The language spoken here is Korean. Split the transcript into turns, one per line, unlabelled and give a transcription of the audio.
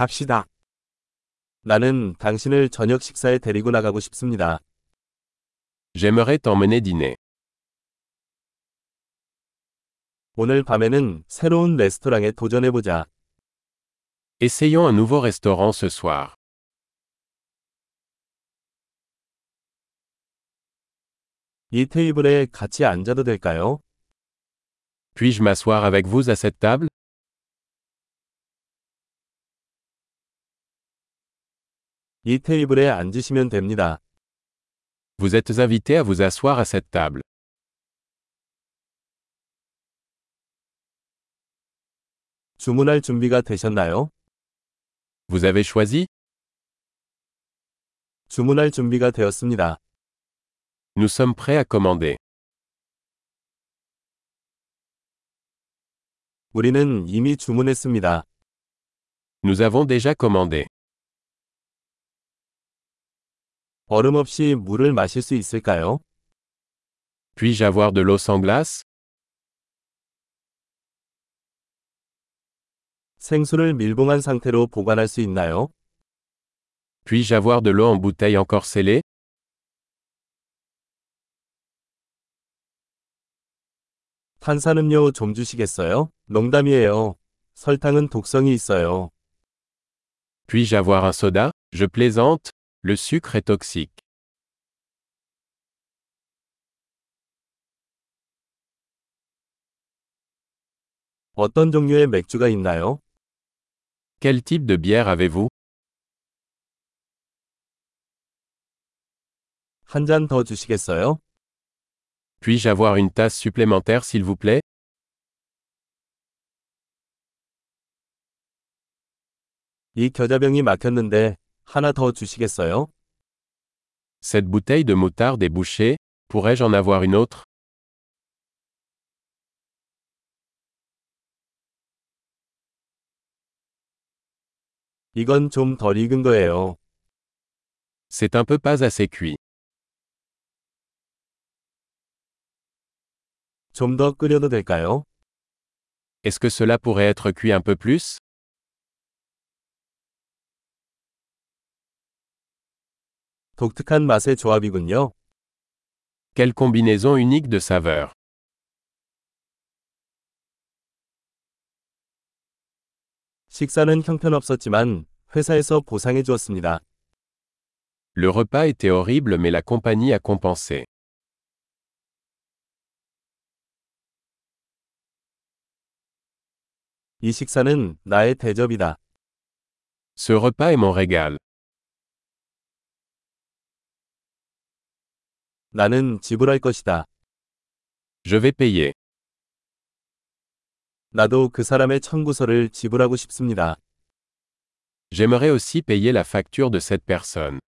갑시다. 나는 당신을 저녁 식사에 데리고 나가고 싶습니다.
J'aimerais t'emmener dîner.
오늘 밤에는 새로운 레스토랑에 도전해보자.
Essayons un nouveau restaurant ce soir.
이 테이블에 같이 앉아도 될까요?
Puis-je m'asseoir avec vous à cette table
이 테이블에 앉으시면 됩니다.
Vous êtes invité à vous asseoir à cette table.
주문할 준비가 되셨나요?
Vous avez choisi
주문할 준비가 되었습니다.
Nous sommes prêts à commander.
우리는 이미 주문했습니다.
Nous avons déjà commandé.
얼음 없이 물을 마실 수 있을까요?
Puis-je avoir de l'eau sans glace
생수를 밀봉한 상태로 보관할 수 있나요?
Puis-je avoir de l'eau en bouteille encore scellée
탄산음료 좀 주시겠어요? 농담이에요. 설탕은 독성이 있어요.
Puis-je avoir un soda Je plaisante. Le sucre est toxique.
어떤 종류의 맥주가 있나요?
Quel type de bière avez-vous
한 잔 더 주시겠어요?
Puis-je avoir une tasse supplémentaire s'il vous plaît
이 겨자병이 막혔는데 하나 더 주시겠어요?
Cette bouteille de moutarde est bouchée. Pourrais-je en avoir une autre
이건 좀 덜 익은 거예요.
C'est un peu pas assez cuit.
좀 더 끓여도 될까요?
Est-ce que cela pourrait être cuit un peu plus
독특한 맛의 조합이군요.
Quelle combinaison unique de saveurs.
식사는 형편없었지만 회사에서 보상해 주었습니다.
Le repas était horrible mais la compagnie a compensé.
이 식사는 나의 대접이다.
Ce repas est mon régal.
나는 지불할 것이다.
Je vais payer.
나도 그 사람의 청구서를 지불하고 싶습니다.
J'aimerais aussi payer la facture de cette personne.